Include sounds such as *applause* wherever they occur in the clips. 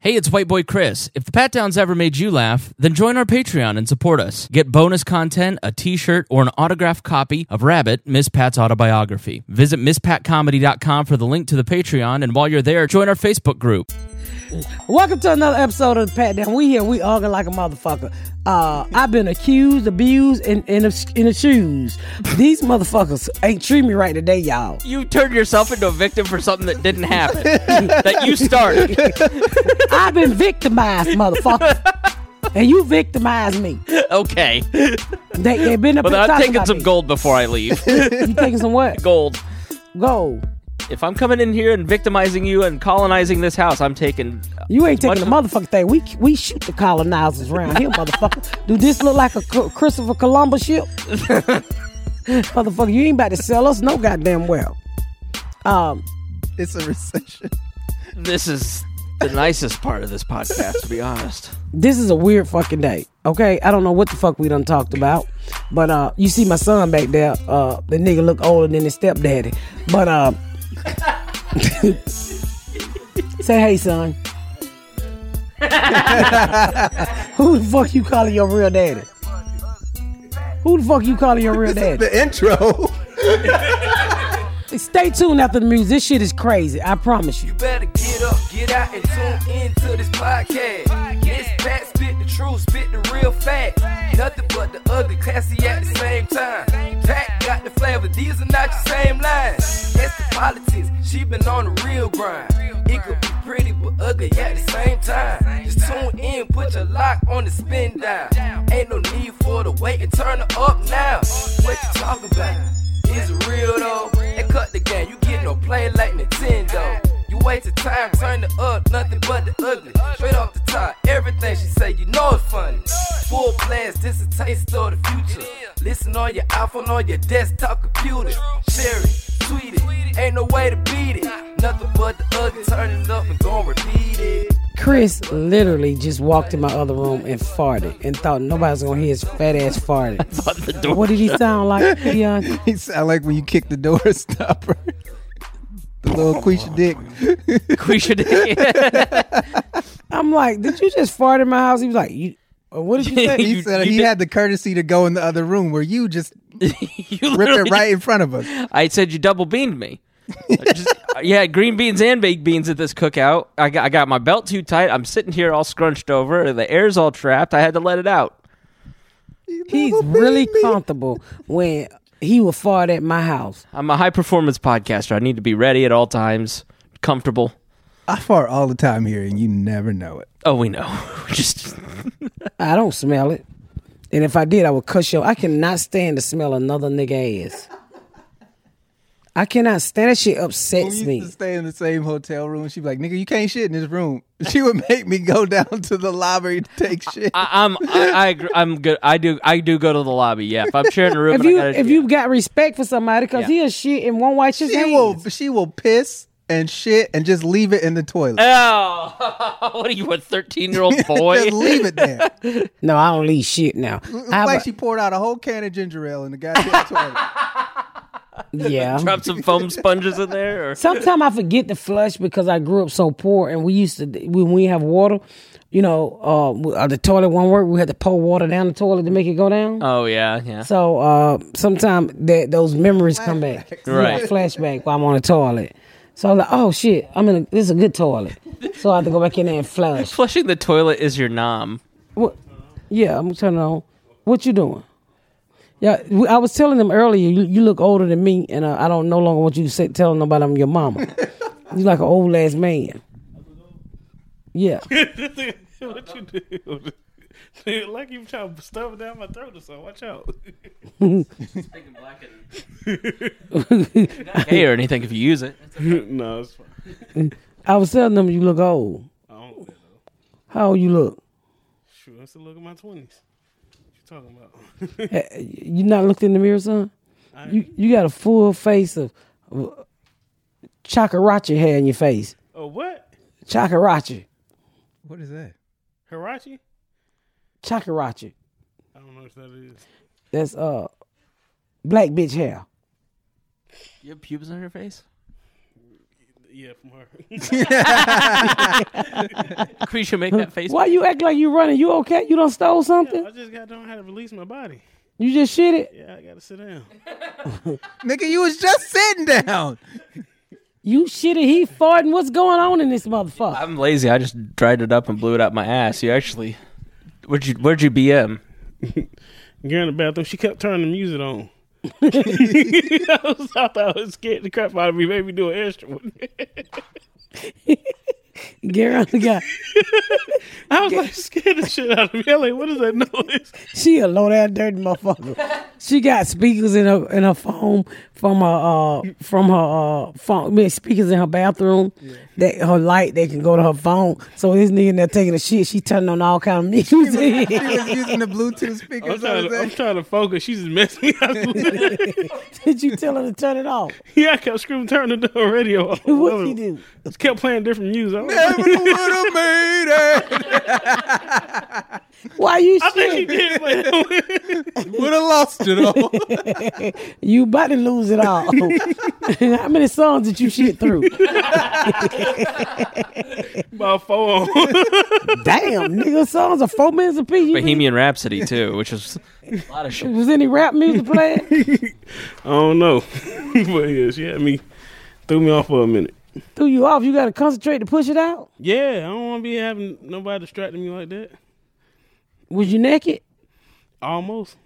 Hey, it's White Boy Chris. If the Pat Downs ever made you laugh, then join our Patreon and support us. Get bonus content, a t shirt, or an autographed copy of Rabbit, Miss Pat's autobiography. Visit MissPatComedy.com for the link to the Patreon, and while you're there, join our Facebook group. Welcome to another episode of the Pat Down. We here, we arguing like a motherfucker. Uh, I've been accused, abused, and in the shoes. These motherfuckers ain't treat me right today, y'all. You turned yourself into a victim for something that didn't happen, *laughs* that you started. I've been victimized, motherfucker. And you victimized me. *laughs* Okay. They, they been up But here I'm talking taking about some me. gold before I leave. You taking some what? gold. Gold. If I'm coming in here and victimizing you and colonizing this house, I'm taking. You ain't taking Much- the motherfucking thing. We we shoot the colonizers around here, motherfucker. Do this look like a Co- Christopher Columbus ship? *laughs* motherfucker, you ain't about to sell us no goddamn well. Um, It's a recession. This is the nicest part of this podcast, to be honest. this is a weird fucking day. Okay, I don't know what the fuck we done talked about, but uh, you see my son back there. Uh, the nigga look older than his stepdaddy, but uh, *laughs* say hey, son. *laughs* Who the fuck you calling your real daddy? Who the fuck you calling your real daddy? *laughs* *laughs* The intro. Stay tuned after the music. This shit is crazy. I promise you. better get up, get out, and tune in to this podcast. This Pat spit the truth, spit the real fact. Nothing but the ugly, classy at the same time. Pat got the flavor, these are not your same lines. That's the politics, she been on the real grind. It could be pretty but ugly at the same time. Just tune in, put your lock on the spin down. Ain't no need for the wait and turn it up now. What you talking about? It's real though. And cut the game, you get no play like Nintendo. You wasted time, turn it up, nothing but the ugly. Straight off the top, everything she say, you know it's funny. Full blast, this a taste of the future. Listen on your iPhone, on your desktop computer. Share it, tweet it, ain't no way to beat it. Nothing but the ugly, turn it up and gon' repeat it. Chris literally just walked in my other room and farted and thought nobody was gonna hear his fat ass farting. What did he sound like, Dion? He sound like when you kick the door stopper. The little queasha dick. We should. I'm like, did you just fart in my house? He was like, you. uh, What *laughs* did you say? *laughs* *laughs* He You- said you he did- had the courtesy to go in the other room where you just you ripped literally it right in front of us. I said you double beamed me. I just- *laughs* yeah, green beans and baked beans at this cookout. I got, I got my belt too tight. I'm sitting here all scrunched over. The air's all trapped. I had to let it out. He's really comfortable when he would fart at my house. I'm a high performance podcaster. I need to be ready at all times, comfortable. I fart all the time here, and you never know it. Oh, we know. *laughs* just I don't smell it, and if I did, I would cuss you. I cannot stand to smell another nigga ass. I cannot stand that shit. Upsets We me. used to stay in the same hotel room. She'd be like, "Nigga, you can't shit in this room." *laughs* She would make me go down to the lobby to take shit. I, I'm I, I agree- I'm good. I do I do go to the lobby. Yeah, if I'm sharing a room, if and I you gotta- if you got respect for somebody, cause Yeah. he'll shit in one wipe his she hands. will. She will piss and shit and just leave it in the toilet. Oh, *laughs* what are you a 13 year *laughs* old boy? Just leave it there. No, I don't leave shit now. It's I like have she poured out a whole can of ginger ale in the *laughs* goddamn toilet. a, yeah. Drop some foam sponges in there. Or... Sometimes I forget to flush because I grew up so poor, and we used to when we have water, you know, uh, w- uh, the toilet won't work. We had to pour water down the toilet to make it go down. Oh yeah, yeah. so uh, sometimes that those memories come back. Right. Yeah, flashback while I'm on the toilet. So I'm like, oh shit, I'm in. A, this is a good toilet. So I have to go back in there and flush. Flushing the toilet is your nom. What? Yeah, I'm turning on. What you doing? Yeah, we- I was telling them earlier. You, you look older than me, and uh, I don't no longer want you to say, telling nobody I'm your mama. you like an old ass man. Yeah, what you do? Dude, like you trying to stuff it down my throat or something. Watch *laughs* out. Hey, or anything if you use it. no, it's fine. I was telling them you look old. I don't How old you look? Shoot, I still look in my twenties. What you talking about? Eh, You not looked in the mirror, son? You you got a full face of of chakarachi hair in your face. oh, what? Chakarachi. What is that? Hirachi? Chakarachi. I don't know what that is. That's uh black bitch hair. You have pubes on your face? Yeah, from her. *laughs* Creature make *laughs* that face. Why you act like you running? You okay? You don't stole something? I just got done how to release my body. You just shit it? Yeah, I gotta sit down. Nigga, you was just sitting down. You shit it, he farting. What's going on in this motherfucker? I'm lazy. I just dried it up and blew it out my ass. You actually, where'd you where'd you BM? Girl in the bathroom, she kept turning the music on. *laughs* I, was, I thought I was scared the crap out of me. Made me do an extra one. *laughs* Gary the guy. I was like scared the shit out of me. I'm like, what is that noise? She a low down dirty motherfucker. *laughs* she got speakers in her in her phone from her uh from her uh phone I mean, speakers in her bathroom that her light they can go to her phone. So this nigga in there taking a shit, she turning on all kind of *laughs* music. He *laughs* was using the Bluetooth speakers. I'm on his trying, to, I'm ass. trying to focus. She just messed me up. *laughs* Did you tell her to turn it off? yeah, I kept screaming, turn the *laughs* damn radio off. *laughs* What she do? Just kept playing different music. I, was like, *laughs* Never would've made Why you I think she shit? did play that one. *laughs* it. Would have lost it all. You about to lose it *laughs* all. *laughs* How many songs did you shit through? My phone. *laughs* Damn, nigga, songs are four minutes apiece. You Bohemian Rhapsody too, which was a lot of shit. *laughs* was any rap music playing? I don't know. *laughs* but yeah, she had me, threw me off for a minute. Threw you off. You got to concentrate to push it out. Yeah, I don't want to be having nobody distracting me like that. Was you naked? Almost.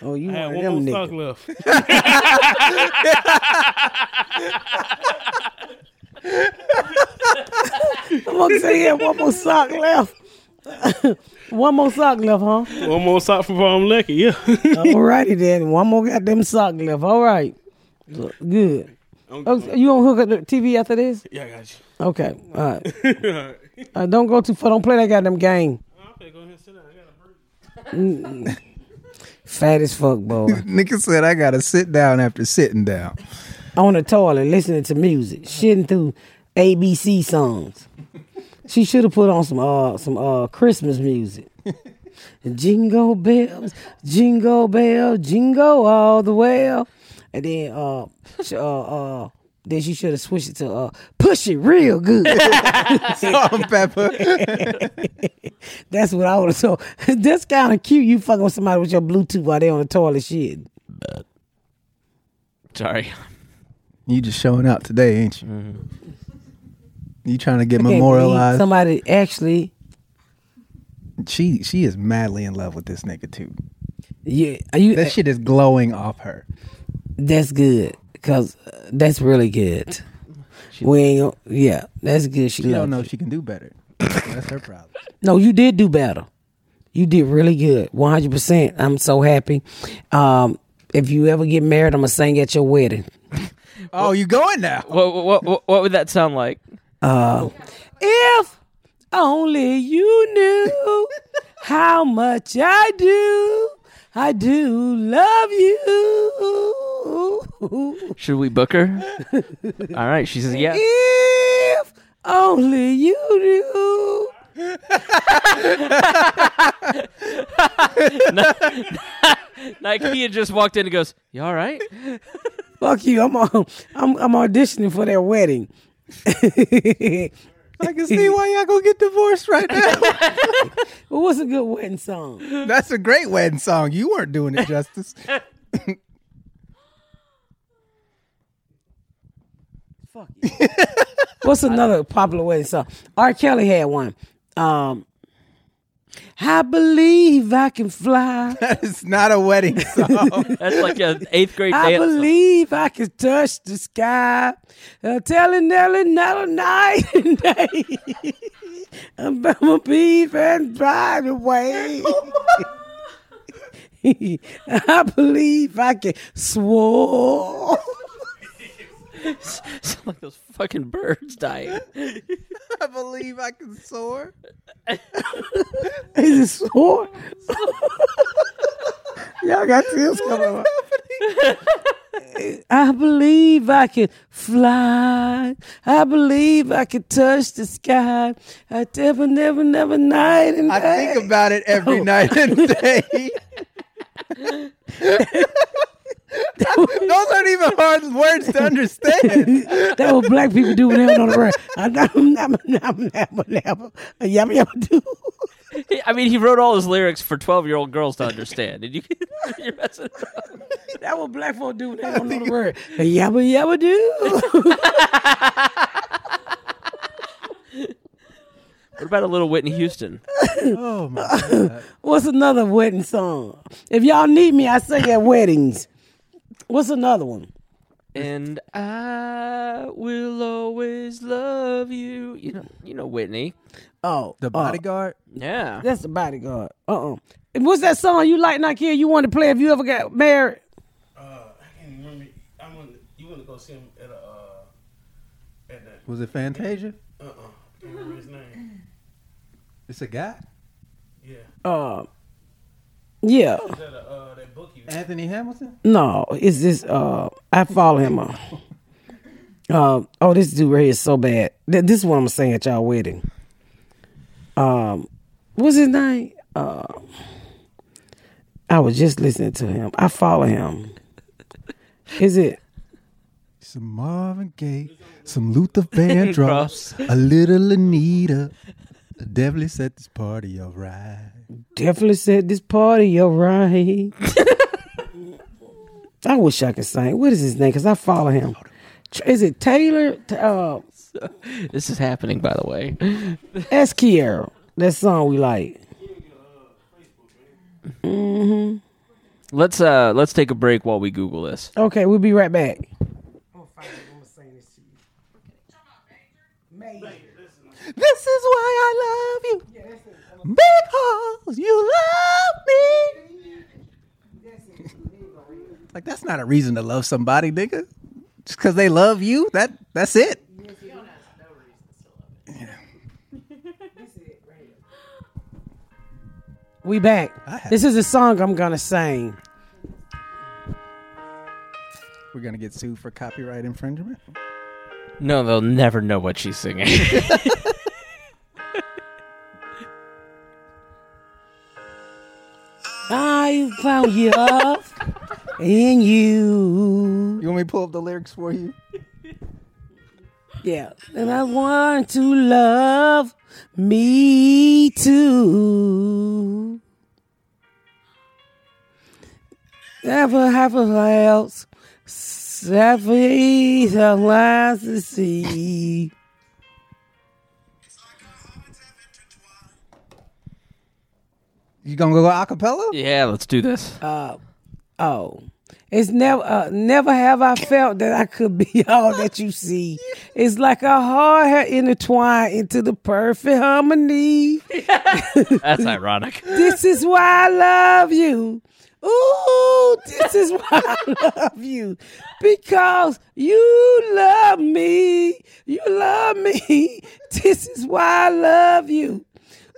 Oh, you I had one of them one niggas. more stock left. I'm gonna say he had one more sock left. *laughs* one more sock left, *laughs* huh? *laughs* one more sock from Palm Lucky. Yeah. *laughs* Alrighty then. One more goddamn sock left. All right. Good. Oh, you gonna hook up the TV after this? yeah, I got Okay. All right. you. *laughs* All right. Uh, don't go too far. Don't play that goddamn game. I'm finna go ahead and sit down. I got a break. Fat as fuck, boy. *laughs* Nigga said I gotta sit down after sitting down. On the toilet, listening to music, shitting through ABC songs. She should have put on some uh some uh Christmas music. jingle bells, jingle bell, jingle all the way. up. And then uh sh- uh uh then she should have switched it to uh push it real *laughs* good. *laughs* Salt and pepper. That's what I would have told. *laughs* That's kind of cute. You fucking with somebody with your Bluetooth while they on the toilet shit. Sorry, You just showing out today, ain't you? Mm-hmm. You trying to get Can't believe memorialized? Somebody actually. She she is madly in love with this nigga too. Yeah, are you? That shit is glowing off her. That's good because that's really good. we ain't gonna, yeah, that's good. She, She loved don't know it. she can do *laughs* better. That's her problem. No, you did do better. You did really good, one hundred percent. I'm so happy. Um, if you ever get married, I'm gonna sing at your wedding. Oh, you going now? what what what, what would that sound like? If only you *laughs* knew how much I do. I do love you. Should we book her? *laughs* All right, she says yeah. If only you knew. Nikea just walked in and goes, "You all right?" Fuck you. I'm on, *laughs* I'm I'm auditioning for their wedding. I *laughs* can see why y'all gonna get divorced right now. But what's a good wedding song? *laughs* That's a great wedding song. You weren't doing it *laughs* justice. Fuck you. *laughs* what's another popular wedding song? R. Kelly had one. Um I believe I can fly. It's not a wedding *laughs* song. That's like an eighth grade I dance. believe I can touch the sky. Uh, telling Nelly not a night *laughs* and day. I'm gonna be and drive away. *laughs* I believe I can swore. *laughs* Sound like those fucking birds dying. I believe I can soar. *laughs* Is it *laughs* sore? Y'all got tears coming up. *laughs* I believe I can fly. I believe I can touch the sky. I never, never, never night and I day. think about it every night and day. *laughs* Those aren't even hard words to understand. That's what black people do when they don't know the word. I never, never, never, never, never, yabba yabba do. I mean, he wrote all his lyrics for twelve-year-old girls to understand. And you, *laughs* you're messing it up. That's what black folk do when they don't know the word. Yabba yabba do. *laughs* What about a little Whitney *laughs* Houston? Oh my *laughs* god. What's another wedding song? If y'all need me, I sing at weddings. What's another one? And I will always love you. You know, you know Whitney. Oh, The uh, bodyguard. Yeah. That's the bodyguard. Uh uh What's that song you like, Nakia? You want to play if you ever got married? Uh, I can't even remember. I'm gonna, you want to go see him at a uh, at the Was it Fantasia? uh uh I can't remember his name. It's a guy. Yeah, Uh, yeah. Is that a, uh, that book you. Anthony Hamilton. No, it's this. Uh, I follow him. on. Uh, oh, this dude right here is so bad. Th- This is what I'm saying at y'all wedding. Um, what's his name? Uh, I was just listening to him. I follow him. Is it? Some Marvin Gaye, *laughs* some Luther Vandross, a little Anita. Definitely set this party all right. Definitely said this party, you're right. I wish I could sing. What is his name? Because I follow him. Tr- Is it Taylor? T- Uh, This is happening, by the way. Ask Kiara. That song we like. Let's uh, let's take a break while we Google this. Okay, we'll be right back. This is why I love you. Because you love me. Like that's not a reason to love somebody, nigga. Just cause they love you, that that's it. We back. I have- This is a song I'm gonna sing. We're gonna get sued for copyright infringement. No, they'll never know what she's singing. I found you up *laughs* in you. You want me to pull up the lyrics for you? Yeah. And I want to love me too. Never have a else. Seven the lines to see. You gonna go acapella? yeah, let's do this. Oh, it's never, uh, never have I felt that I could be *laughs* all that you see. It's like a heart had intertwined into the perfect harmony. *laughs* That's ironic. This is why I love you. Ooh, this is why I love you because you love me. You love me. This is why I love you.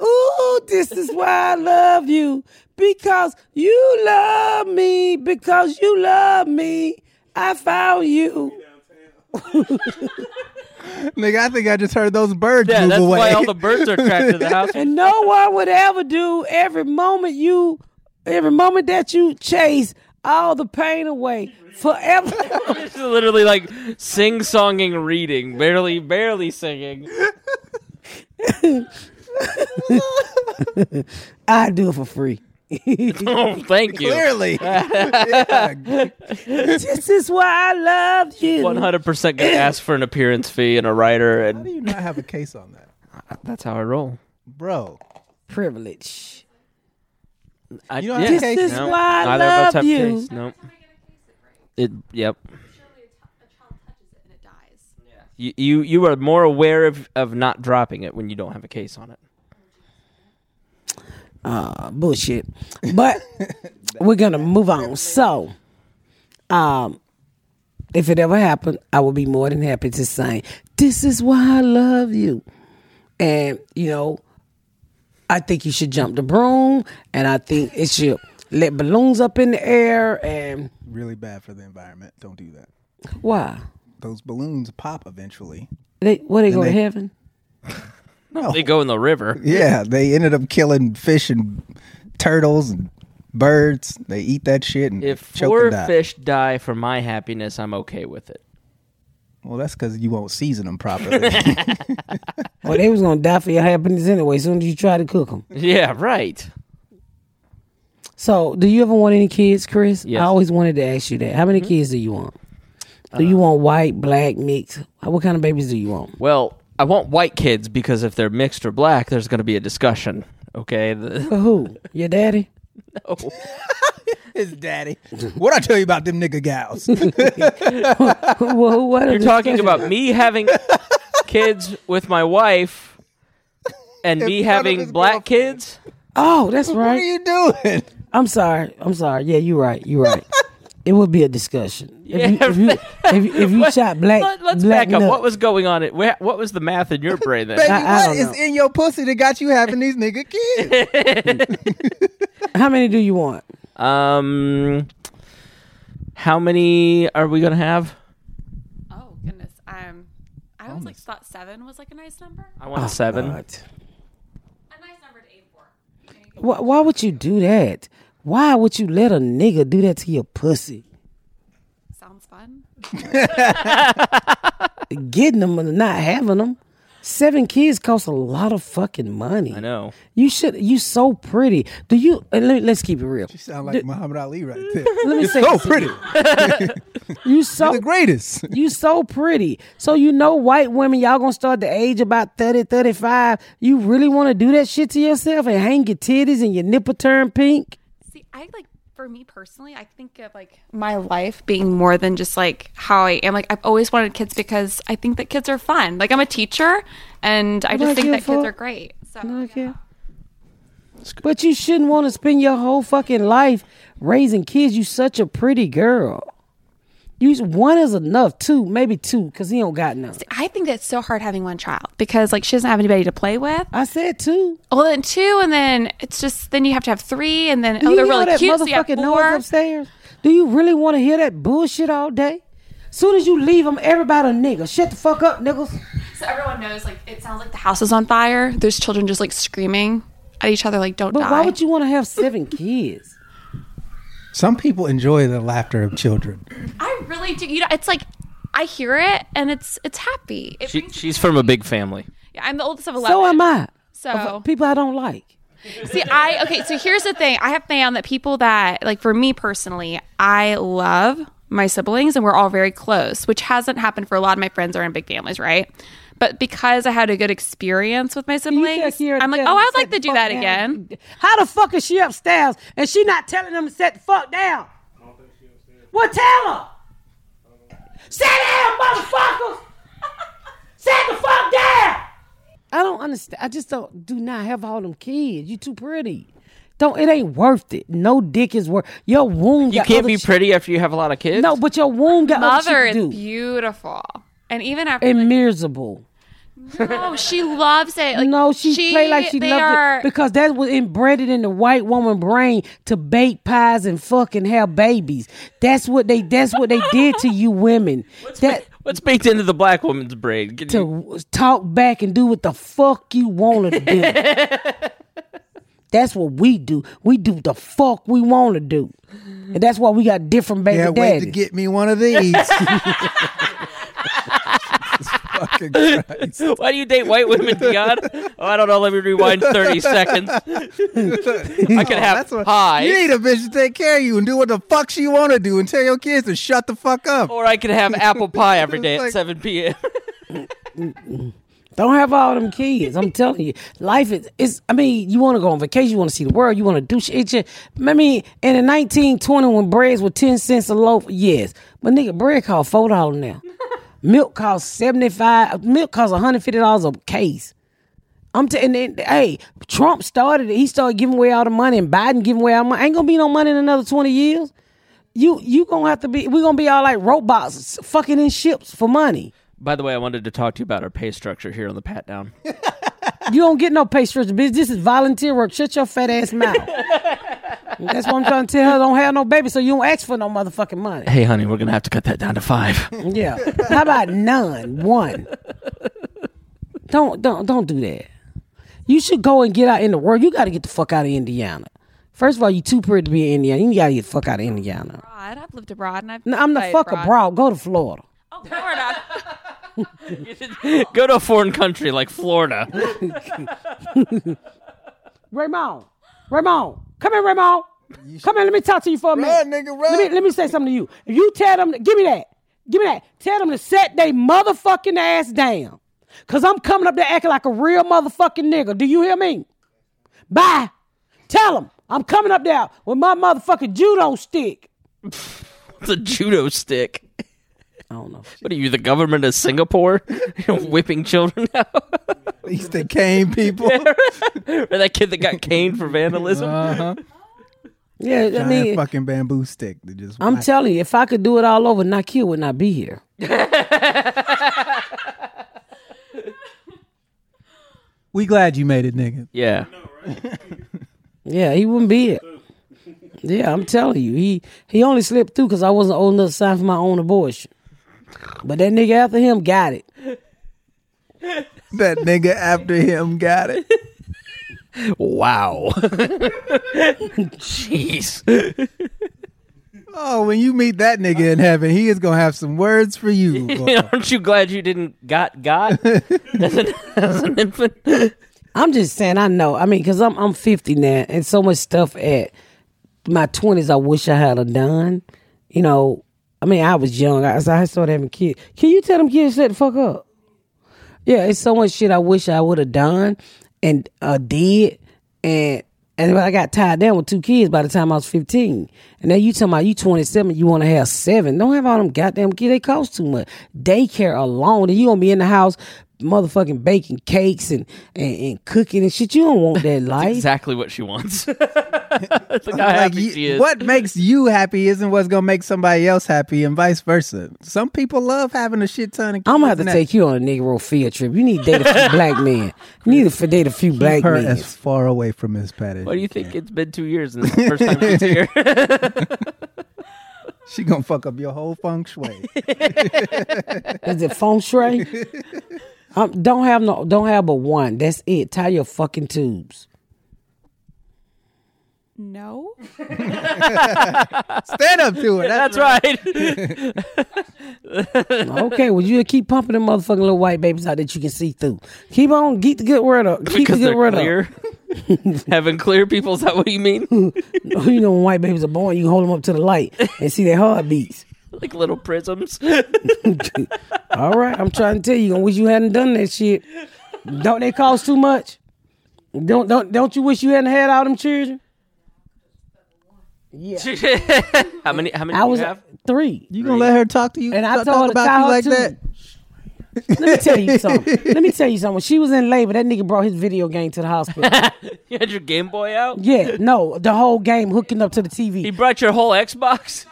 Ooh, this is why I love you because you love me. Because you love me, I found you. Nigga, I think I just heard those birds *laughs* Yeah, move that's away. why all the birds are tracked *laughs* to the house. And no one would ever do every moment you, every moment that you chase all the pain away forever. *laughs* It's literally like sing-songing reading, barely, barely singing. *laughs* I do it for free. *laughs* Oh, thank you. *laughs* Clearly. Yeah. this is why I love you. One hundred percent gonna ask for an appearance fee and a writer, How do and you not have a case on that? that's how I roll. Bro. Privilege. I, You don't have to This case. is why I neither of us love have you. case. Nope. It. Yep. You, you you are more aware of, of not dropping it when you don't have a case on it. Uh, bullshit. But we're gonna move on. So, um, If it ever happened, I would be more than happy to sing. This is why I love you. And, you know, I think you should jump the broom and I think it should let balloons up in the air and Really bad for the environment. Don't do that. why? Those balloons pop eventually. They where they go to they- heaven? They go in the river. Yeah, they ended up killing fish and turtles and birds. They eat that shit and If choke four and die. fish die for my happiness, I'm okay with it. Well, that's because you won't season them properly. *laughs* Well, they was gonna die for your happiness anyway. Soon as you try to cook them. Yeah, right. So, do you ever want any kids, Chris? Yes. Mm-hmm. I always wanted to ask you that. How many kids do you want? Do you want white, black, mixed? What kind of babies do you want? Well, I want white kids because if they're mixed or black, there's going to be a discussion. Okay. *laughs* The- For who? Your daddy? His daddy. What I tell you about them nigga *laughs* gals? Who- who- what You're talking about me having kids with my wife and me front of having his black kids. Oh, that's what are right. you doing? I'm sorry. I'm sorry. Yeah, you're right. *laughs* You're right. it would be a discussion if you if you, if you, if you shot black. Let, us black back up. nut- What was going on? At, where, what was the math in your brain *laughs* then? Baby, I what don't is know. in your pussy that got you having these nigga kids? How many do you want? Um, how many are we gonna have? Oh goodness. Um, I always like thought seven was like a nice number. I want seven. God. A nice number to aim for. Why, why would you do that? Why would you let a nigga do that to your pussy? Sounds fun. Getting them and not having them. Seven kids costs a lot of fucking money. I know. You should. You so pretty. Do you? And let, let's keep it real. You sound like Muhammad Ali right there. Let me say. So pretty. You so The greatest. You so pretty. So you know white women, y'all gonna start the age about 30, 35. You really wanna do that shit to yourself and hang your titties and your nipple turn pink? See, I like for me personally, I think of like my life being more than just like how I am. Like I've always wanted kids because I think that kids are fun. Like I'm a teacher, and I I just think give that a kids fuck. are great. So Okay. But you shouldn't wanna spend your whole fucking life raising kids. You such a pretty girl. You one is enough, two, maybe two, cause he don't got none. I think that's so hard having one child because like she doesn't have anybody to play with. I said two. Well, then two, and then it's just then you have to have three, and then Do oh you they're hear all really that cute. So you have motherfucking noise four. upstairs? Do you really want to hear that bullshit all day? Soon as you leave, I'm everybody a nigga. Shut the fuck up, niggas. So everyone knows like it sounds like the house is on fire. There's children just like screaming at each other like don't But die. why would you want to have seven *laughs* kids? Some people enjoy the laughter of children. I really do. You know, it's like I hear it and it's it's happy. It She, brings- she's from a big family. yeah, I'm the oldest of eleven. So am I. So- people I don't like. See, I okay. So here's the thing. I have found that people that like for me personally, I love my siblings and we're all very close, which hasn't happened for a lot of my friends are in big families, right? But because I had a good experience with my siblings, I'm like, oh, I'd like to do that again. How the fuck is she upstairs and she not telling them to set the fuck down? Well, tell her. Sit down, motherfuckers. *laughs* Set the fuck down. I don't understand. I just don't do not have all them kids. You too pretty. Don't it ain't worth it. No dick is worth your womb. You got can't other be shit- pretty after you have a lot of kids. No, but your womb got Mother other shit to is do. beautiful, and even after and miserable. No, Oh, she loves it. Like, no, she, play like she they loved are- it because that was embedded in the white woman brain to bake pies and fucking have babies. That's what they. That's what they did to you women. that What's baked into the black woman's brain? Can you- to talk back and do what the fuck you want to do. that's what we do. We do the fuck we want to do, and that's why we got different baby Can't wait daddies. to get me one of these. Jesus fucking Christ. *laughs* Why do you date white women, God? Oh, I don't know. Let me rewind thirty *laughs* seconds. I could have That's what- pies, You need a bitch to take care of you and do what the fuck she want to do and tell your kids to shut the fuck up. or I could have apple pie every day at like- seven p.m. Don't have all them kids. I'm telling you, life is. It's, I mean, you want to go on vacation, you want to see the world, you want to do shit. It's just, I mean, in the 1920 when breads were 10 cents a loaf, yes, but nigga, bread cost four dollars now. milk cost 75. Milk cost 150 dollars a case. I'm telling. Hey, Trump started it. He started giving away all the money, and Biden giving away all the money. Ain't gonna be no money in another 20 years. you you gonna have to be. We gonna be all like robots, fucking in ships for money. *laughs* By the way, I wanted to talk to you about our pay structure here on the pat down. You don't get no pay stretch, bitch. This is volunteer work. Shut your fat ass mouth. That's what I'm trying to tell her. Don't have no baby, so you don't ask for no motherfucking money. *laughs* hey, honey, we're gonna have to cut that down to five. Yeah. How about none? One. Don't don't don't do that. You should go and get out in the world. You got to get the fuck out of Indiana. First of all, you too pretty to be in Indiana. You got to get the fuck out of Indiana. God, I've lived abroad and I've No, I'm the stayed fuck abroad. Go to Florida. Oh, Florida. Go to a foreign country like Florida. Raymond, Raymond, come here, Raymond. Come here. Let me talk to you for a Run, minute. nigga, run. Let me let me say something to you. If you tell them, to, give me that, give me that. Tell them to set they motherfucking ass down. Cause I'm coming up there acting like a real motherfucking nigga. Do you hear me? Bye. Tell them I'm coming up there with my motherfucking judo stick. It's a judo stick. I don't know. What are you, the government of Singapore? *laughs* Whipping children *laughs* out? At least they came, people. or that kid that got caned for vandalism? Uh-huh. Yeah, I Giant mean, fucking bamboo stick. That just I'm telling you, if I could do it all over, Nakia would not be here. we glad you made it, nigga. Yeah. Yeah, he wouldn't be it. Yeah, I'm telling you, he he only slipped through because I wasn't old enough to sign for my own abortion. But that nigga after him got it. That nigga after him got it. Wow. Jeez. Oh, when you meet that nigga in heaven, he is gonna have some words for you. boy. Aren't you glad you didn't got *laughs* God as an, as an infant? I'm just saying, I know. I mean, because I'm I'm 50 now, and so much stuff at my 20s I wish I had a done. You know, I mean, I was young. I, I started having kids. Can you tell them kids shut the fuck up? Yeah, it's so much shit I wish I would have done and uh, did, and and I got tied down with two kids by the time I was 15. And now you talking about you 27, you want to have seven? Don't have all them goddamn kids. They cost too much. Daycare alone, and you gonna be in the house. Motherfucking baking cakes and, and, and cooking and shit. You don't want that life. Exactly what she wants. *laughs* Look how happy you- she is. *laughs* what makes you happy isn't what's gonna make somebody else happy, and vice versa. Some people love having a shit ton of. I'm gonna have to kids, and take you on a Negro field trip. You need to date a few black men. *laughs* You need to date a few that- black her men. as far away from Miss Patty. Why do you think it's been two years and it's the first time she's here? *laughs* She gonna fuck up your whole *laughs* feng shui. Is it feng *laughs* shui? um, don't have no, don't have but one. That's it. Tie your fucking tubes. No. Stand up to her. That's, That's right. Okay, well you keep pumping them motherfucking little white babies out that you can see through. Keep on, get the good word up. Keep because the they're good word clear. Having clear people, is that what you mean? up. *laughs* you know when white babies are born, you can hold them up to the light and see their heartbeats. like little prisms. *laughs* All right, I'm trying to tell you. I wish you hadn't done that shit. Don't they cost too much? Don't don't don't you wish you hadn't had all them children? how many? How many? I do was you have? three. you gonna let her talk to you? And I talk, told her to talk about tie you her like too. Let that. me tell you something. *laughs* Let me tell you something. When she was in labor, that nigga brought his video game to the hospital. *laughs* You had your Game Boy out. yeah, no, the whole game hooking up to the TV. He brought your whole Xbox.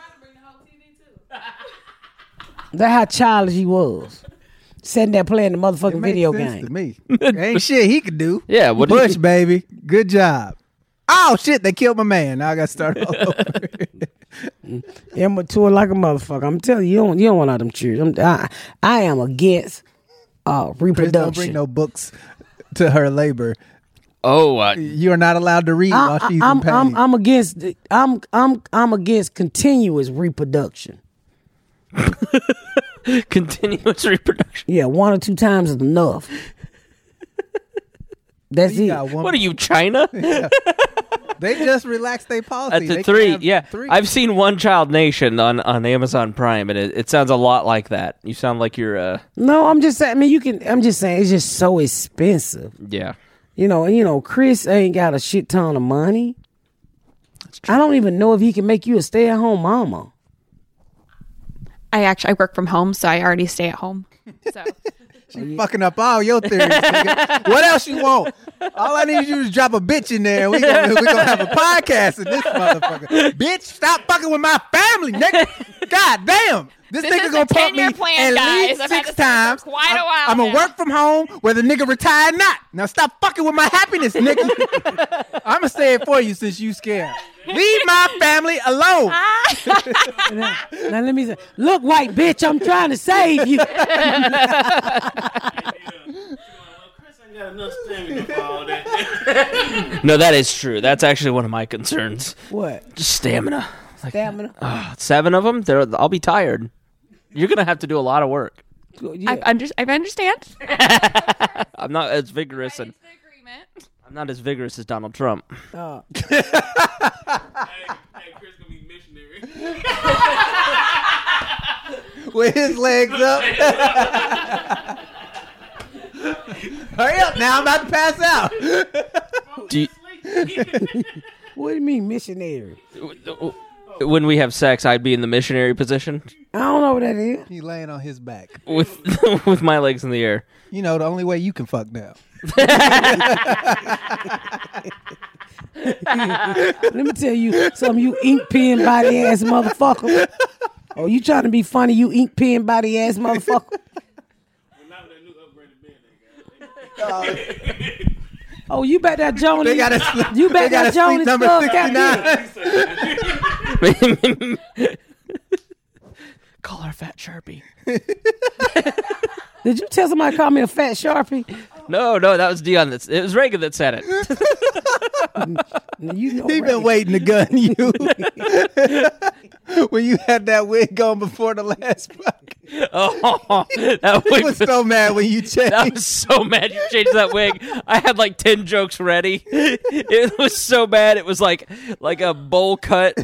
That's how childish he was. Sitting there playing the motherfucking Makes video sense game. To me, ain't *laughs* shit he could do. Yeah, what did Bush you- baby, good job. Oh shit, they killed my man. Now I got to start all *laughs* over. Immature like a motherfucker. I'm telling you, you don't, you don't want all them children. I'm, I, I am against uh, Chris, don't bring reproduction. no books to her labor. Oh, *laughs* uh, You are not allowed to read I, while she's in am pain. I'm, I'm against the- I'm I'm I'm against continuous reproduction. continuous *laughs* reproduction. Yeah, one or two times is enough. That's You it. got one- What are you, *laughs* China? They just relaxed their That's policy. a They three. can have Yeah, three. I've seen One Child Nation on, on Amazon Prime, and it, it sounds a lot like that. You sound like you're. Uh, No, I'm just saying. I mean, you can. I'm just saying it's just so expensive. yeah. You know. You know, Chris ain't got a shit ton of money. I don't even know if he can make you a stay at home mama. I actually I work from home, so I already stay at home. So She fucking up all your theories. nigga. what else you want? All I need you to do is drop a bitch in there. and We gonna, we gonna have a podcast in this motherfucker. bitch, stop fucking with my family, nigga. God damn. This, This nigga is gonna a pump me 10-year plan, at guys. least I've had six this plan for times. quite a I'm- while I'm gonna now. work from home whether nigga retired or not. Now stop fucking with my happiness, nigga. *laughs* I'm gonna say it for you since you scared. Leave my family alone. now, now let me say, look, white bitch, I'm trying to save you. No, that is true. That's actually one of my concerns. what? Just stamina. Like, Stamina? ah, seven of them. They're, I'll be tired. You're gonna have to do a lot of work. Yeah. I, under, I understand. I'm not as vigorous, and I'm not as vigorous as Donald Trump. Uh, with his legs *laughs* up. Hurry up now, I'm about to pass out. Do you, what do you mean missionary? when we have sex, I'd be in the missionary position I don't know what that is. *laughs* He laying on his back. with *laughs* with my legs in the air. You know, the only way you can fuck now. Let me tell you something, you ink pen body ass motherfucker. Oh, you trying to be funny, you ink pen body ass motherfucker. Oh, you bet that Jones. They *laughs* got a You bet they got that a sleep Jones number Club got sixty me. nine. Call her fat sharpie. Did you tell somebody to call me a fat sharpie? No, no, that was Dion. That's it was Reagan that said *laughs* it. You know *laughs* He been waiting to gun you. *laughs* when you had that wig on before the last *laughs* fuck. Oh, that He wig was so mad *laughs* when you changed. I was so mad you changed that wig. I had like ten jokes ready. It was so bad. It was like like a bowl cut.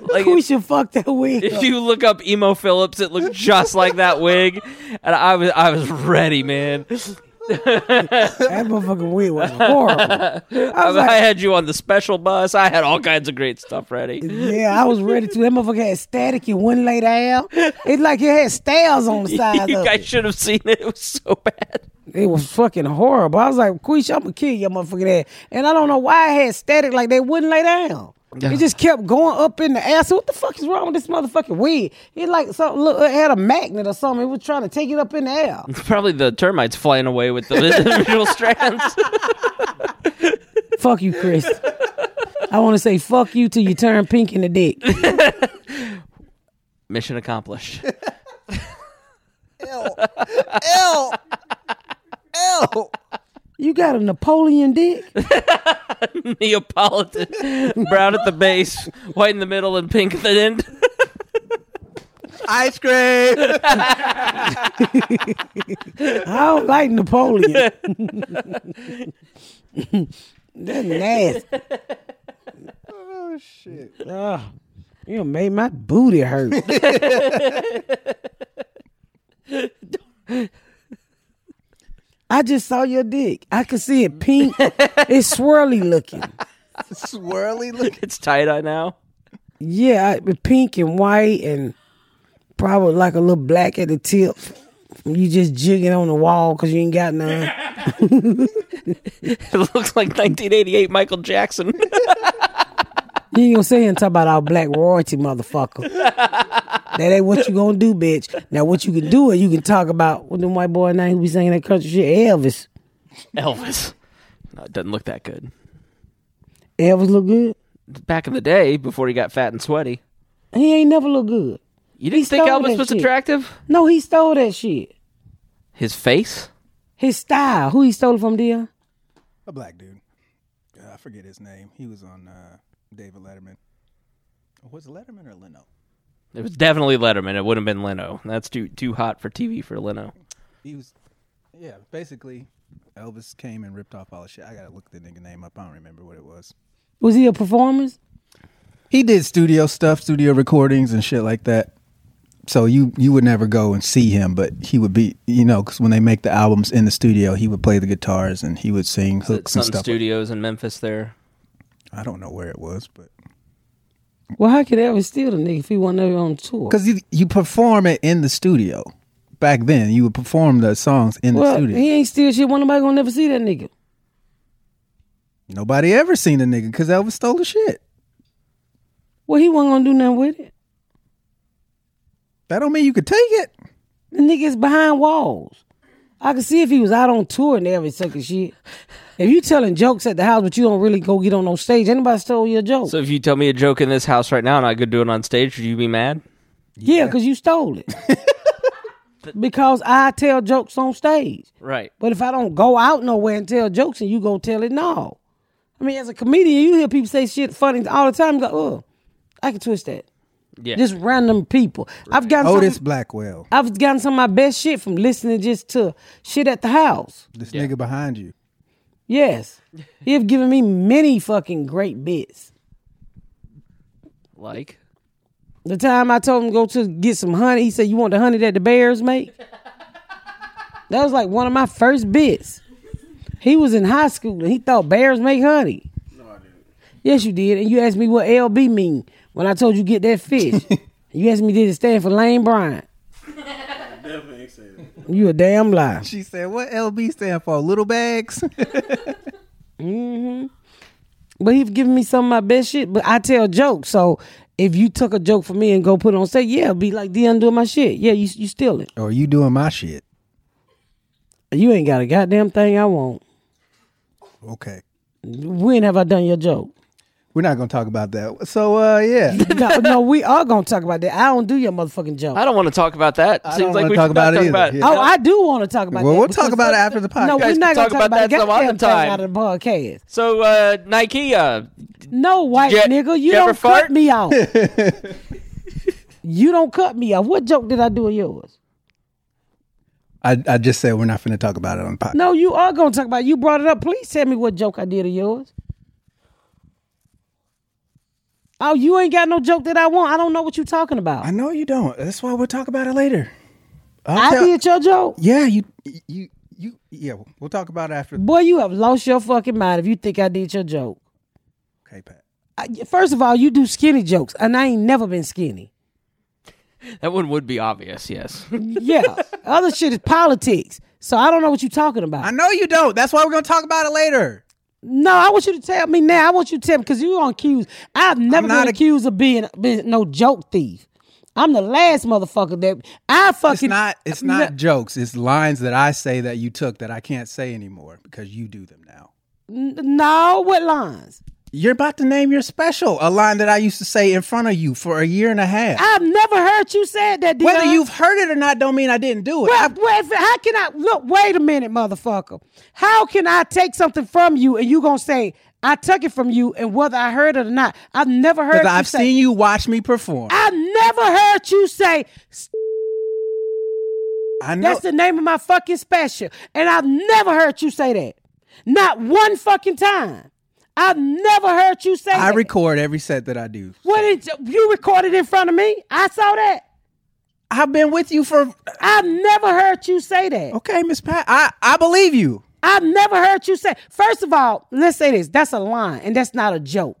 Like Who should fuck that wig? if you look up emo Phillips, it looked just like that wig, and I was I was ready, man. That motherfucking wig was horrible. I I, was like, had you on the special bus. I had all kinds of great stuff ready. yeah, I was ready to. That motherfucker had static in one laid out. It's like it had stairs on the side *laughs* *laughs* You of guys it. should have seen it. It was so bad. It was fucking horrible. I was like, Queesh, I'm gonna kill your motherfucking ass. And I don't know why I had static like they wouldn't lay down. It just kept going up in the ass. So what the fuck is wrong with this motherfucking wig? It like something look, it had a magnet or something. It was trying to take it up in the air. *laughs* Probably the termites flying away with the *laughs* individual *laughs* strands. fuck you, Chris. I want to say fuck you till you turn pink in the dick. Mission accomplished. *laughs* L. L. L. You got a Napoleon dick? Neapolitan, *laughs* brown at the base, white in the middle, and pink at the end. *laughs* Ice *laughs* cream. I don't like Napoleon. *laughs* That's nasty. Oh Oh, shit! you done made my booty hurt. *laughs* I just saw your dick. I could see it pink. It's swirly looking. Swirly looking. It's tie dye now. Yeah, I- but pink and white and probably like a little black at the tip. You just jigging on the wall because you ain't got none. It looks like 1988 Michael Jackson. *laughs* You ain't gonna sit here and talk about our black royalty, motherfucker. that ain't what you gonna do, bitch. Now what you can do is you can talk about with them white boy now who be singing that country shit, Elvis. Elvis. No, it doesn't look that good. Elvis look good. Back in the day, before he got fat and sweaty, He ain't never look good. you didn't He think stole Elvis that was shit. attractive? No, he stole that shit. His face? His style. Who he stole it from, Dion? A black dude. Uh, I forget his name. He was on uh, David Letterman. Was it Letterman or Leno? It was definitely Letterman. It would have been Leno. That's too too hot for TV for Leno. He was, yeah. Basically, Elvis came and ripped off all the shit. I gotta look the nigga name up. I don't remember what it was. Was he a performance? He did studio stuff, studio recordings and shit like that. So you you would never go and see him, but he would be, you know, because when they make the albums in the studio, he would play the guitars and he would sing hooks Sun and stuff. Studios in Memphis there. I don't know where it was, but Well, how could Elvis steal the nigga if he wasn't ever on tour? because you you perform it in the studio. back then. You would perform the songs in the Well, studio. he ain't still shit. One nobody gonna never see that nigga. Nobody ever seen a nigga because Elvis stole the shit. Well, he wasn't gonna do nothing with it. That don't mean you could take it. The nigga's behind walls. I could see if he was out on tour and every sucking shit. If you telling jokes at the house, but you don't really go get on no stage, anybody stole your joke. So if you tell me a joke in this house right now and I could do it on stage, would you be mad? yeah, because you *laughs* stole it. because I tell jokes on stage. Right. But if I don't go out nowhere and tell jokes and you go tell it, no. I mean, as a comedian, you hear people say shit funny all the time. You go, oh, I can twist that. Yeah. Oh, Just random people. I've gotten some, Otis Oh, Blackwell, I've gotten some of my best shit from listening just to shit at the house. this nigga behind you. Yes. he have given me many fucking great bits. like. The time I told him to go to get some honey, he said, You want the honey that the bears make? that was like one of my first bits. He was in high school and he thought bears make honey. Yes, you did. And you asked me what LB mean when I told you get that fish. you asked me, did it stand for Lane Bryant? You a damn liar. She said, "What LB stand for? Little bags." *laughs* But he's giving me some of my best shit. But I tell jokes. So if you took a joke from me and go put it on stage, yeah, be like Dion doing my shit. Yeah, you you steal it. or Oh, you doing my shit? You ain't got a goddamn thing I want. Okay, When have I done your joke? we're not gonna talk about that. So, uh, yeah, no, *laughs* no, we are gonna talk about that. I don't do your motherfucking joke. I don't want to talk about that. I Seems don't like wanna we talk should not about it talk either. about it. Oh, Yeah. Oh, I do want to talk about Well, that. we'll talk because- about it after the podcast. No, You we're guys not can gonna talk about talk about that some other goddamn thing time. Out of the podcast. So uh, Nike, uh, No, white Je- nigga, you you ever don't cut fart? me off. *laughs* you don't cut me off. What joke did I do of yours? I, I just said we're not finna talk about it on the podcast. No, you are gonna talk about. it. You brought it up. Please tell me what joke I did of yours. Oh, you ain't got no joke that I want. I don't know what you talking about. I I, know you don't. That's why we'll talk about it later. I'll tell- did your joke. Yeah, you, you, you. Yeah, we'll talk about it after. Boy, you have lost your fucking mind if you think I did your joke. Okay, Pat. I, first of all, you do skinny jokes, and I ain't never been skinny. that one would be obvious. Yes. Yeah, *laughs* other shit is politics. So I don't know what you talking about. I know you don't. That's why we're gonna talk about it later. No, I want you to tell me now. I want you to tell me because you on accused. I've never not been a- accused of being, being no joke thief. I'm the last motherfucker that I fucking. It's not. It's not jokes. It's lines that I say that you took that I can't say anymore because you do them now. No, what lines? You're about to name your special a line that I used to say in front of you for a year and a half. I've never heard you said that. Whether Deion. you've heard it or not, don't mean I didn't do it. Well, well, if- how can I look? Wait a minute, motherfucker. How can I take something from you and you gonna say I took it from you and whether I heard it or not? I've never heard. Because you I've say- seen you watch me perform. I've never heard you say "S- I know. that's the name of my fucking special, and I've never heard you say that. Not one fucking time. I've never heard you say. I that. record every set that I do. What did you, you recorded in front of me? I saw that. I've been with you for I've never heard you say that. okay, Miss Pat. I I believe you. I've never heard you say. First of all, let's say this. That's a line, and that's not a joke.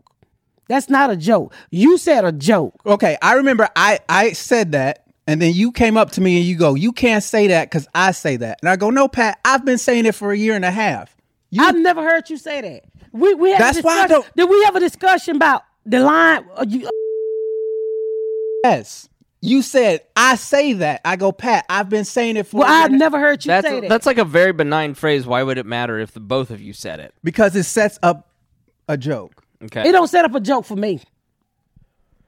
That's not a joke. You said a joke. Okay, I remember I I said that, and then you came up to me and you go, "You can't say that because I say that," and I go, "No, Pat. I've been saying it for a year and a half." You I've never heard you say that. We we had Mm. That's a why I discussion. don't- Did we have a discussion about the line? uh, you- yes. You said I say that. I go, Pat. I've been saying it for. well, a year I've and a- never heard you That's say that. that's like a very benign phrase. Why would it matter if the both of you said it? because it sets up a joke. Okay. it don't set up a joke for me.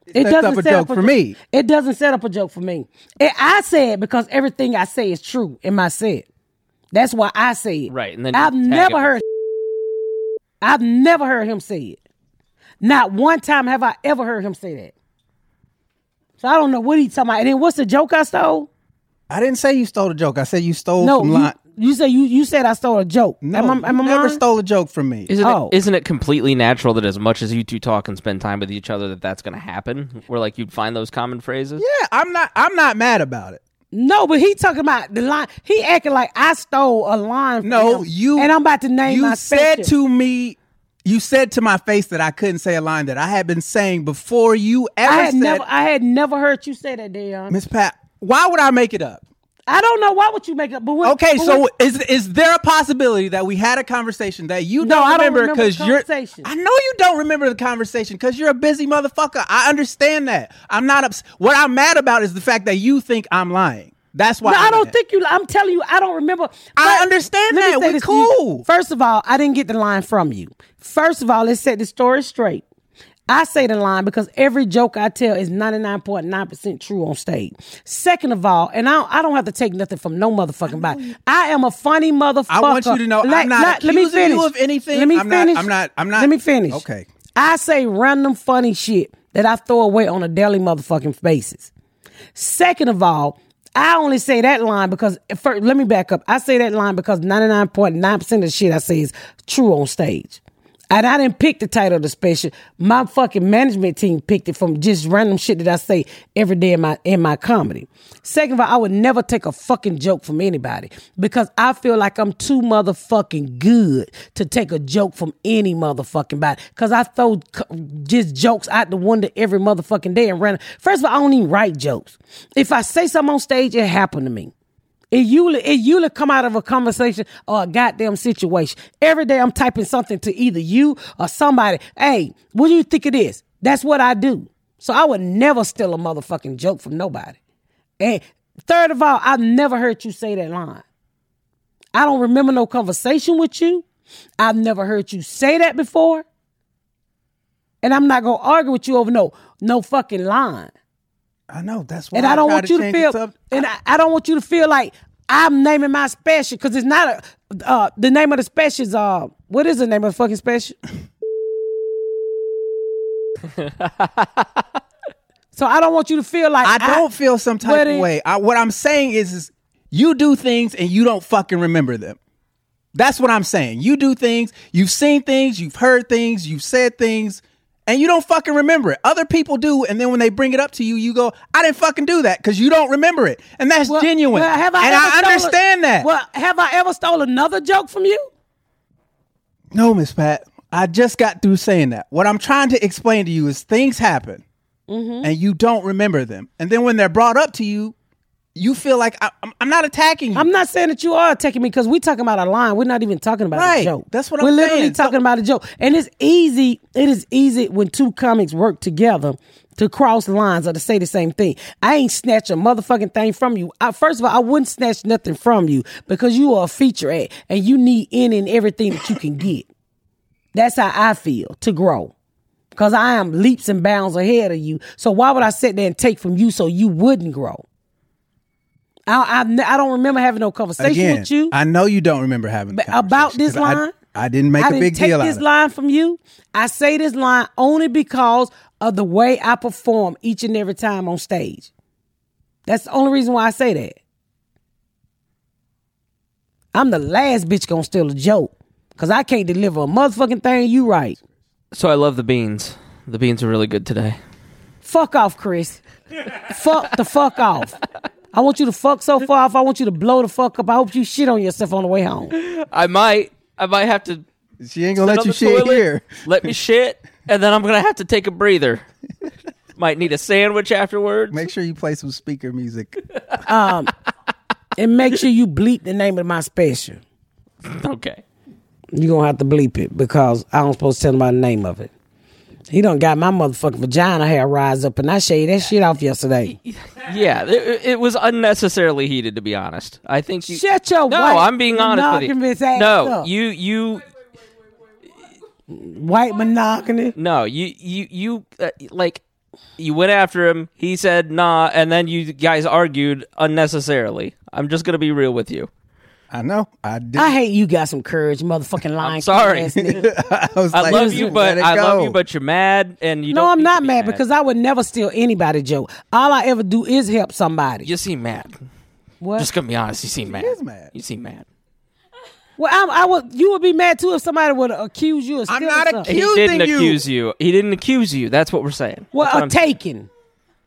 It sets up a joke for jo- me. It doesn't set up a joke for me. And I say it because everything I say is true in my set. That's why I say it. Right, and then I've you tag never it. heard. *laughs* I've never heard him say it. Not one time have I ever heard him say that. So I don't know what he's talking about. And then what's the joke I stole? I didn't say you stole a joke. I said you stole No, some you, line. you say you you said I stole a joke. No, am I, you am I never lying? stole a joke from me. Isn't Oh. it, isn't it completely natural that as much as you two talk and spend time with each other, that that's going to happen? Where like you'd find those common phrases. Yeah, I'm not. I'm not mad about it. No, but he talking about the line. He acting like I stole a line. From No, him, you. and I'm about to name You my said special. to me. You said to my face that I couldn't say a line that I had been saying before you ever I had said, never, I had never heard you say that, Dion. Miss Pat. Why would I make it up? I don't know why would you make up, but what, Okay, but so what- is is there a possibility that we had a conversation that you No, don't I don't remember remember the you're conversation. I know you don't remember the conversation because you're a busy motherfucker. I understand that. I'm not ups- what I'm mad about is the fact that you think I'm lying. That's why No, I'm I don't mad. think you. I'm telling you, I don't remember. I But understand let me that. say We this to you. cool. First of all, I didn't get the line from you. First of all, let's set the story straight. I say the line because every joke I tell is 99.9% true on stage. Second of all, and I don't, I don't have to take nothing from no motherfucking body. I am a funny motherfucker. I want you to know I'm not accusing you of anything. Let me I'm not- finish. I'm not- I'm not- Let me finish. Okay. I say random funny shit that I throw away on a daily motherfucking basis. Second of all, I only say that line because first, let me back up. I say that line because 99.9% of the shit I say is true on stage. And I didn't pick the title of the special. My fucking management team picked it from just random shit that I say every day in my in my comedy. Second of all, I would never take a fucking joke from anybody because I feel like I'm too motherfucking good to take a joke from any motherfucking body. Cause I throw c- just jokes out the window every motherfucking day and run. First of all, I don't even write jokes. If I say something on stage, it happened to me. It usually it usually come out of a conversation or a goddamn situation. Every day I'm typing something to either you or somebody. Hey, what do you think of this? That's what I do. So I would never steal a motherfucking joke from nobody. And third of all, I've never heard you say that line. I don't remember no conversation with you. I've never heard you say that before. And I'm not gonna argue with you over no no fucking line I know that's why and I don't try want you to change the feel sub- and I, I don't want you to feel like I'm naming my special because it's not a uh, the name of the special is uh what is the name of the fucking *laughs* special? so I don't want you to feel like I don't feel some type But of it- way. I, what I'm saying is, is you do things and you don't fucking remember them. That's what I'm saying. You do things, you've seen things, you've heard things, you've said things, and you don't fucking remember it. Other people do, and then when they bring it up to you, you go, I didn't fucking do that because you don't remember it. And that's Well, genuine. well, have I and ever I stole- understand that. Well, have I ever stole another joke from you? No, Miss Pat, I just got through saying that. What I'm trying to explain to you is things happen and you don't remember them. And then when they're brought up to you, you feel like I, I'm, I'm not attacking you. I'm not saying that you are attacking me because we're talking about a line. We're not even talking about a Right. joke. That's what we're I'm literally saying. So- talking about a joke. And it's easy. It is easy when two comics work together to cross lines or to say the same thing. I ain't snatch a motherfucking thing from you. I, first of all, I wouldn't snatch nothing from you because you are a feature act and you need any and everything that you can get. That's how I feel to grow. Cause I am leaps and bounds ahead of you. So why would I sit there and take from you so you wouldn't grow? I, I, ne- I don't remember having no conversation Again, with you I know you don't remember having the But about this conversation, 'cause line. I, I didn't make a I didn't big take deal out this of it. line from you. I say this line only because of the way I perform each and every time on stage. That's the only reason why I say that. I'm the last bitch gonna steal a joke because I can't deliver a motherfucking thing. You right? So I love the beans. The beans are really good today. Fuck off, Chris. fuck the fuck off. I want you to fuck so far off. I want you to blow the fuck up. I hope you shit on yourself on the way home. I might, I might have to She ain't gonna on let you the shit toilet, here. Let me shit, and then I'm gonna have to take a breather. might need a sandwich afterwards. Make sure you play some speaker music. Um, And make sure you bleep the name of my special. *laughs* okay. you gonna have to bleep it because I don't supposed to tell nobody the name of it. He done got my motherfucking vagina hair rise up, and I shaved that shit off yesterday. Yeah, it, it was unnecessarily heated, to be honest. I think you. Shut your no, white I'm being honest with you. monogamous ass no, up. you, you, White monogamy. no, you, you, you, uh, like, you went after him. He said nah, and then you guys argued unnecessarily. I'm just gonna be real with you. I know. I did. I hate you. Got some courage, motherfucking lying. sorry. ass nigga. *laughs* I, was I like, love you, let but it I love go. you, but you're mad, and you. No, don't I'm need to not be mad because I would never steal anybody, Joe. All I ever do is help somebody. you seem mad. what? Just gonna be honest, you seem mad. is mad. You seem mad. well, I'm, I would. You would be mad too if somebody would accuse you of I'm stealing not something. accusing he didn't you. accuse you. He didn't accuse you. That's what we're saying. That's Well, what a I'm saying. taking.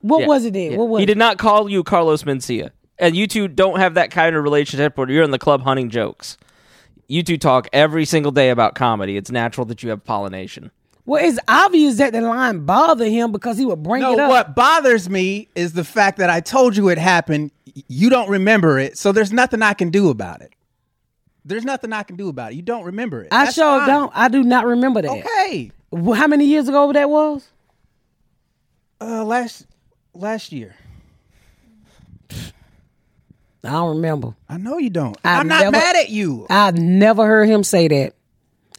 What Yeah, was it then? yeah. What was he it? did not call you Carlos Mencia, and you two don't have that kind of relationship where you're in the club hunting jokes. You two talk every single day about comedy. It's natural that you have pollination. Well, it's obvious that the line bothered him because he would bring No, it up. what bothers me is the fact that I told you it happened. you don't remember it, so there's nothing I can do about it. There's nothing I can do about it. You don't remember it. I That's sure fine. don't. I do not remember that. Okay. Wh- How many years ago that was? Uh, last last year. I don't remember. I know you don't. I've i am not never- mad at you. I've never heard him say that.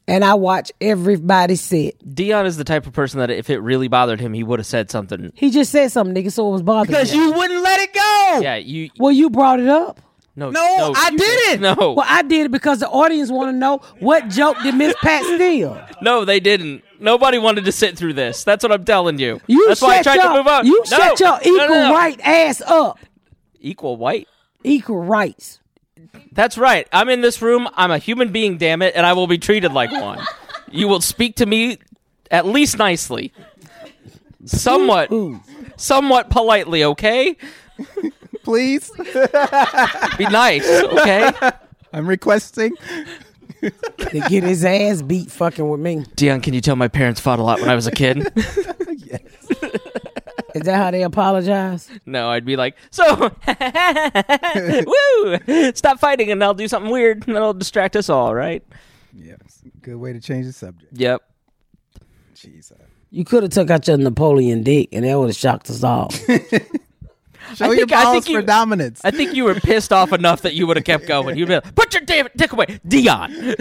And I watch everybody say it. Dion is the type of person that if it really bothered him, he would have said something. He just said something, nigga, so it was bothering Because me. you wouldn't let it go. Yeah, you. Well, you brought it up. No, No, I you- didn't. No, Well, I did it because the audience want to know what joke did Miss Pat steal. no, they didn't. Nobody wanted to sit through this. That's what I'm telling you. You That's why I shut tried your, to move on. You no, shut your no, equal no, no. right ass up. Equal white. Equal rights. That's right. I'm in this room. I'm a human being, damn it, and I will be treated like one. You will speak to me at least nicely. Somewhat somewhat politely, okay? Please. *laughs* Be nice, *laughs* okay? I'm requesting. To get his ass beat fucking with me. Dion, can you tell my parents fought a lot when I was a kid? *laughs* Is that how they apologize? no, I'd be like, so *laughs* woo! Stop fighting and I'll do something weird and that'll distract us all, right? Yeah. Good way to change the subject. Yep. Jeez. You could have took out your Napoleon dick and that would have shocked *laughs* us all. Show I your think- I balls think you- for dominance. I think you were pissed off enough that you would have kept going. You'd be like, put your damn dick away, Dion.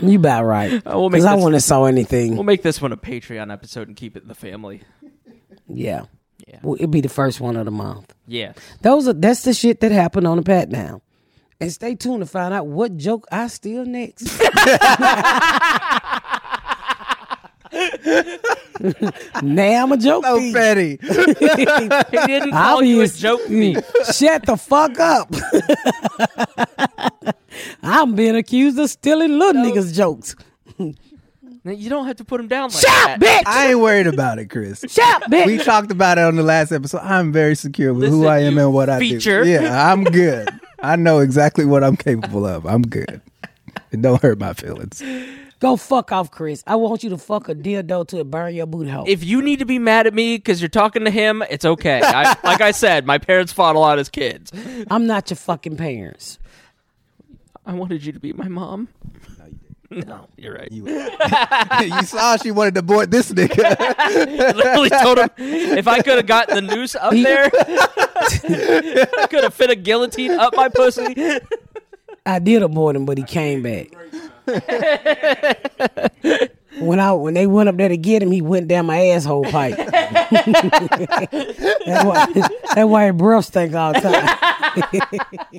you about right. we'll make Because I this- wouldn't have saw anything. We'll make this one a Patreon episode and keep it in the family. yeah. Well, it'd be the first one of the month. Yeah. Those are that's the shit that happened on the pat down. And stay tuned to find out what joke I steal *laughs* next. now I'm a joke. so *laughs* thief. petty. He didn't call be you a his- *laughs* joke thief. Shut the fuck up. *laughs* I'm being accused of stealing little niggas' jokes. You don't have to put him down like Shut that. up, bitch. I ain't worried about it, Chris. Shut up, bitch. We talked about it on the last episode. I'm very secure with who Listen, I am you and what feature. I do. Yeah, I'm good. I know exactly what I'm capable of. I'm good. It don't hurt my feelings. Go fuck off, Chris. I want you to fuck a dildo to it burn your boot hole. If you need to be mad at me because you're talking to him, it's okay. I, like I said, my parents fought a lot as kids. I'm not your fucking parents. I wanted you to be my mom. *laughs* No, you're right. You you saw she wanted to abort this nigga. *laughs* literally told him if I could have gotten the noose up *laughs* there, *laughs* I could have fit a guillotine up my pussy. I did abort him, but he came back. when I when they went up there to get him, he went down my asshole pipe. that's why that's why his breath stink all the time.